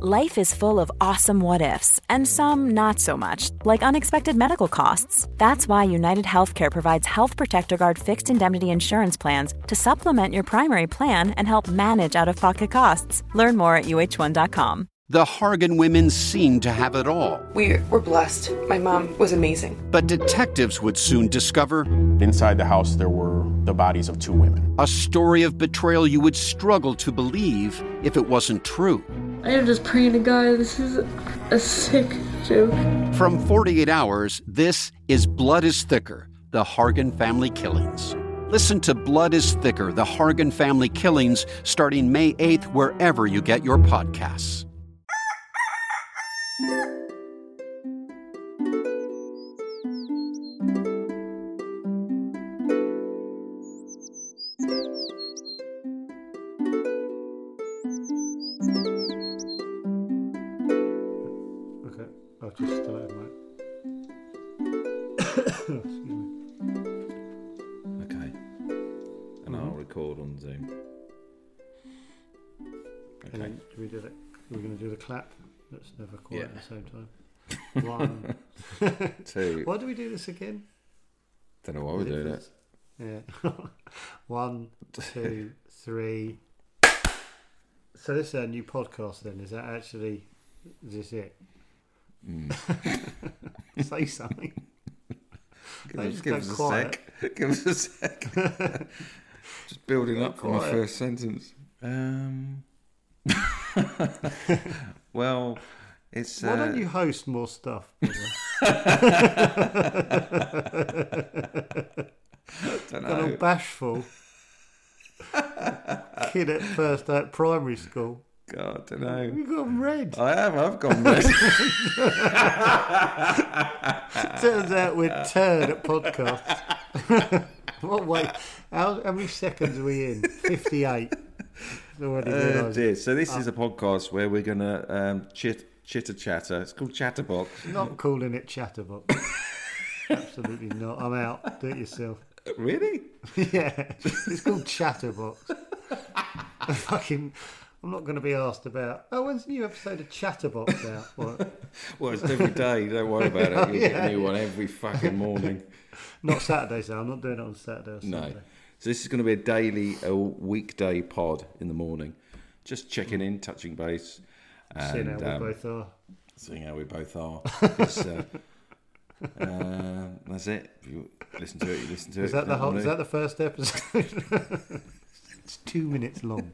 Life is full of awesome what ifs, and some not so much, like unexpected medical costs. That's why United Healthcare provides Health Protector Guard fixed indemnity insurance plans to supplement your primary plan and help manage out of pocket costs. Learn more at uh1.com. The Hargan women seemed to have it all. We were blessed. My mom was amazing. But detectives would soon discover inside the house there were the bodies of two women. a story of betrayal you would struggle to believe if it wasn't true. I am just praying to God. This is a sick joke. From 48 Hours, this is Blood is Thicker The Hargan Family Killings. Listen to Blood is Thicker The Hargan Family Killings starting May 8th, wherever you get your podcasts. Okay, I've just started my. Excuse me. Okay. And I'll record on Zoom. And Okay. then do we do that? We're going to do the clap. That's never quite at Yeah. the same time. One. Two. Why do we do this again? Don't know why we're doing Oh, it. Yeah. One, two, three. So this is our new podcast. Then is that actually? Is this it? Hmm. Say something. Give, They us, just give go us a quiet. sec. Give us a sec. Just building up for my quiet. first sentence. Um. well, it's. Why uh, don't you host more stuff? brother? don't Got all know. bashful. Kid at first at primary school. God, don't know. You got 'em red. I have. I've gone red. Turns out we're turd at podcasts. what wait? How, how many seconds are we in? Fifty-eight. Already oh realised. dear. So this is a podcast where we're gonna um, chit chitter chatter. It's called Chatterbox. Not calling it chatterbox. Absolutely not. I'm out. Do it yourself. really? Yeah, it's called Chatterbox. Fucking, I'm not going to be asked about. Oh, when's the new episode of Chatterbox out? What? Well, it's every day. Don't worry about it. You'll get a new one every fucking morning. Not Saturday, so I'm not doing it on Saturday. Or No. Sunday. So this is going to be a daily, a weekday pod in the morning. Just checking in, touching base, Seeing and how um, we both are. seeing how we both are. 'Cause, uh, uh, that's it. If you listen to it. You listen to it. Is that the Don't whole? Is wanna- that the first episode? it's two minutes long.